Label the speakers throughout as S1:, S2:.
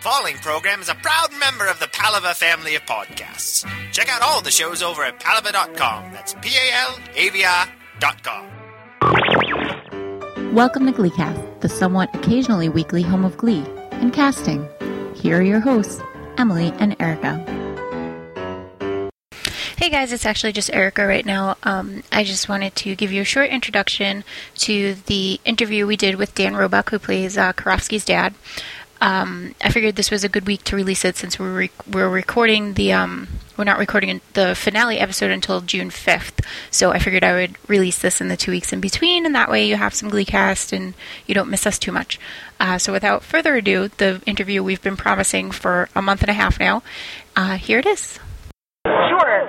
S1: Falling program is a proud member of the Palava family of podcasts. Check out all the shows over at palava.com. That's P A L A V I dot com.
S2: Welcome to GleeCast, the somewhat occasionally weekly home of Glee and casting. Here are your hosts, Emily and Erica.
S3: Hey guys, it's actually just Erica right now. Um, I just wanted to give you a short introduction to the interview we did with Dan Roebuck, who plays uh, Karofsky's dad. Um, I figured this was a good week to release it since we're, re- we're recording the um, we're not recording the finale episode until June fifth. So I figured I would release this in the two weeks in between, and that way you have some Gleecast and you don't miss us too much. Uh, so without further ado, the interview we've been promising for a month and a half now. Uh, here it is.
S4: Sure.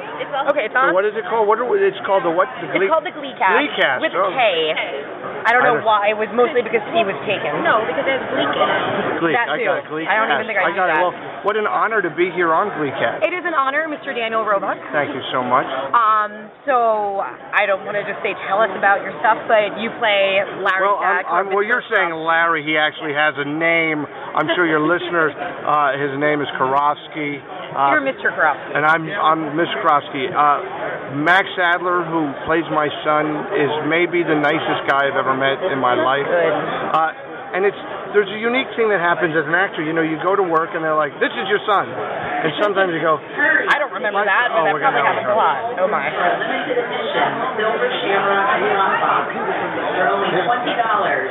S4: okay, it's on.
S5: What is it called? What are, we- it's called the what? The
S4: it's called the Glee Cast.
S5: Glee Cast,
S4: With
S5: oh.
S4: K. I don't know
S5: I don't-
S4: why. It was mostly because C was taken.
S6: No, because there's bleak in it.
S5: Glee.
S4: that
S5: I
S4: too.
S5: got Glee.
S4: I don't even
S5: Cast.
S4: think I knew
S5: got it.
S4: that.
S5: Well, what an honor to be here on Glee Cast.
S4: It is an honor, Mr. Daniel Roebuck.
S5: Thank you so much.
S4: Um, so I don't want to just say tell us about your stuff, but you play Larry
S5: Well, I'm,
S4: Jack.
S5: I'm, well, you're saying Larry. He actually has a name. I'm sure your listeners. Uh, his name is Karofsky. Uh,
S4: You're Mr. Karofsky.
S5: and I'm I'm Miss Krosky. Uh, Max Adler, who plays my son, is maybe the nicest guy I've ever met in my life. Uh, and it's there's a unique thing that happens as an actor. You know, you go to work and they're like, "This is your son," and sometimes you go,
S4: I don't remember
S5: What?
S4: that, but
S5: Oh,
S4: that
S5: we're gonna
S4: probably
S5: have
S4: happens a
S5: a
S4: lot. Oh my.
S7: They're only twenty dollars.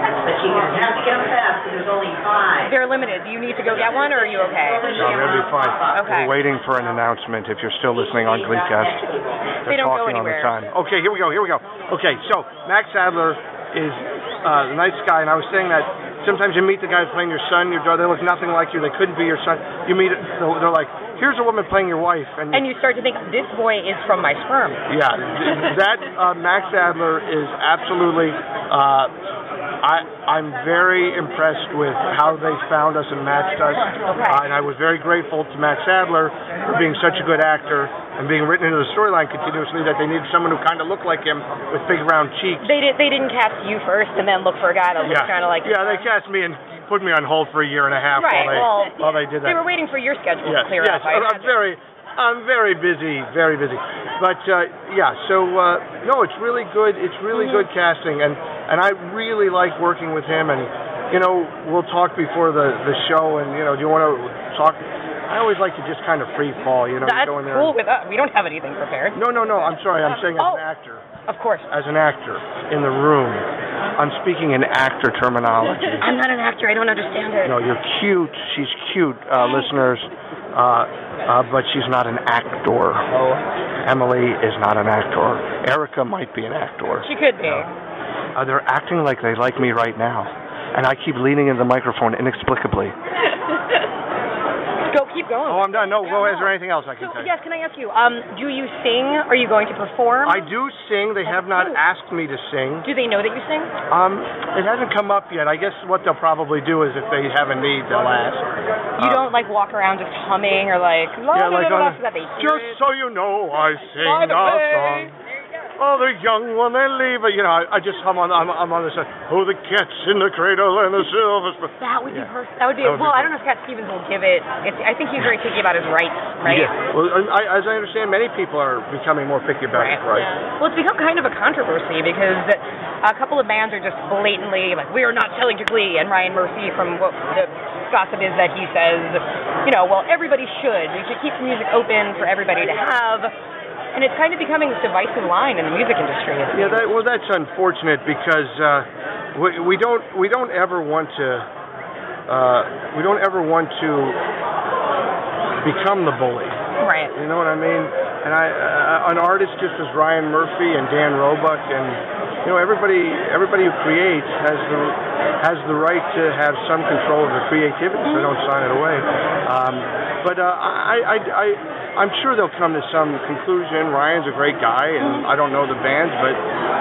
S7: But you have to get them fast, because there's only five.
S4: They're limited. Do you need to go get one, or are you okay?
S5: "No, it'll be fine."
S4: Okay.
S5: We're waiting for an announcement. If you're still listening on Gleecast,
S4: They
S5: they're
S4: don't go
S5: talking on
S4: anywhere.
S5: the time. Okay, here we go. Here we go. Okay, so Max Adler is uh, the nice guy, and I was saying that sometimes you meet the guys playing your son, your daughter. They look nothing like you. They couldn't be your son. You meet, they're they're like, "Here's a woman playing your wife," and,
S4: And you start to think this boy is from my sperm.
S5: Yeah, th- that uh, Max Adler is absolutely. Uh, I I'm very impressed with how they found us and matched us, uh, and I was very grateful to Max Adler for being such a good actor and being written into the storyline continuously that they needed someone who kind of looked like him with big round cheeks.
S4: They did. They didn't cast you first, and then look for a guy that looks
S5: yeah,
S4: kind of like
S5: yeah, they cast me and put me on hold for a year and a half
S4: Right.
S5: while they
S4: well,
S5: while they did that.
S4: They were waiting for your schedule to
S5: Yes,
S4: clear
S5: yes.
S4: up. I
S5: I'm- I'm
S4: imagine.
S5: very, I'm very busy, very busy. But uh, yeah, so uh, no, it's really good. It's really good
S4: Mm-hmm.
S5: casting, and and I really like working with him. And you know, we'll talk before the the show, and you know, do you want to talk? I always like to just kind of free fall, you know, you
S4: That's
S5: go in there.
S4: cool
S5: and-
S4: with us. We don't have anything prepared.
S5: no, no, no. I'm sorry. I'm saying as
S4: Oh.
S5: an actor,
S4: Of course.
S5: as an actor in the room. I'm speaking in actor terminology.
S4: I'm not an actor. I don't understand it.
S5: No, you're cute. She's cute, uh, listeners. Uh, uh, but she's not an actor.
S4: Oh.
S5: Emily is not an actor. Erica might be an actor.
S4: She could be.
S5: Uh, they're acting like they like me right now. And I keep leaning into the microphone inexplicably.
S4: Go. Keep going.
S5: Oh, I'm done. No, well, is there anything else I
S4: so,
S5: can say?
S4: yes. Can I ask you? Um, do you sing? Are you going to perform?
S5: I do sing. They have not asked me to sing.
S4: do they know that you sing?
S5: Um, it hasn't come up yet. I guess what they'll probably do is if they have a need, they'll ask.
S4: You
S5: Um,
S4: don't like walk around just humming or like la
S5: Yeah, like
S4: la la la,
S5: on
S4: so that they hear
S5: Just
S4: it.
S5: so you know, I sing
S4: By the
S5: a
S4: way.
S5: song. Oh, the young one, they leave it. You know, I, I just hum on. I'm, I'm on this. uh, Oh, the cat's in the cradle and the silver. spoon.
S4: That would be
S5: Yeah.
S4: perfect. That would be
S5: That would be
S4: well. I don't know if Cat Stevens will give it. It's, I think he's very picky about his rights, right?
S5: Yeah. Well, and I, as I understand, many people are becoming more picky about it, right?
S4: Well, it's become kind of a controversy because a couple of bands are just blatantly like, we are not selling to Glee. And Ryan Murphy, from what the gossip is that he says, you know, well, everybody should. We should keep the music open for everybody to have. And it's kind of becoming this divisive line in the music industry.
S5: Yeah, that, well, that's unfortunate because uh, we, we don't we don't ever want to uh, we don't ever want to become the bully.
S4: Right.
S5: You know what I mean? And I, uh, an artist just as Ryan Murphy and Dan Roebuck, and you know everybody, everybody who creates has the has the right to have some control of their creativity, so they don't sign it away. Um, but uh, I, I, I, I'm sure they'll come to some conclusion. Ryan's a great guy, and I don't know the bands, but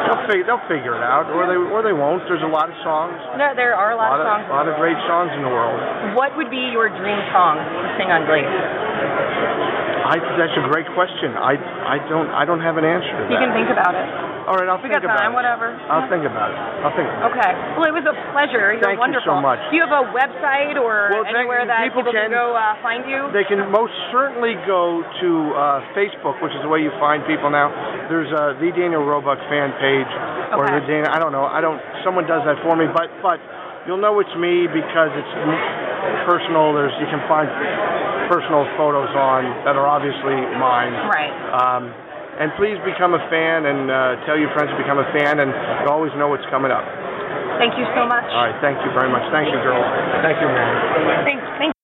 S5: they'll fi- they'll figure it out, or they or they won't. There's a lot of songs,
S4: There, there are a
S5: a
S4: lot
S5: lot
S4: of
S5: of,
S4: songs.
S5: lot of great songs in the world.
S4: What would be your dream song to sing on Glee?
S5: I, that's a great question. I, I don't I don't have an answer to that.
S4: You can think about it.
S5: All right, I'll
S4: We
S5: think
S4: got
S5: about
S4: time,
S5: it.
S4: whatever.
S5: I'll think about it. I'll think about it.
S4: Okay. Well, it was a pleasure. You're
S5: Thank you so
S4: wonderful.
S5: much.
S4: Do you have a website or
S5: Well, thank
S4: anywhere
S5: you.
S4: that
S5: People can-
S4: go uh, find you?
S5: They can most certainly go to uh, Facebook, which is the way you find people now. There's uh, the Daniel Roebuck fan page, or
S4: Okay.
S5: the Dana. I don't know. I don't. Someone does that for me, but but you'll know it's me because it's m- personal. There's you can find personal photos on that are obviously mine.
S4: Right.
S5: Um, and please become a fan and uh, tell your friends to become a fan, and you always know what's coming up.
S4: Thank you so much.
S5: All right. Thank you very much. Thank you, girls. Thank you, man.
S4: Thank, thank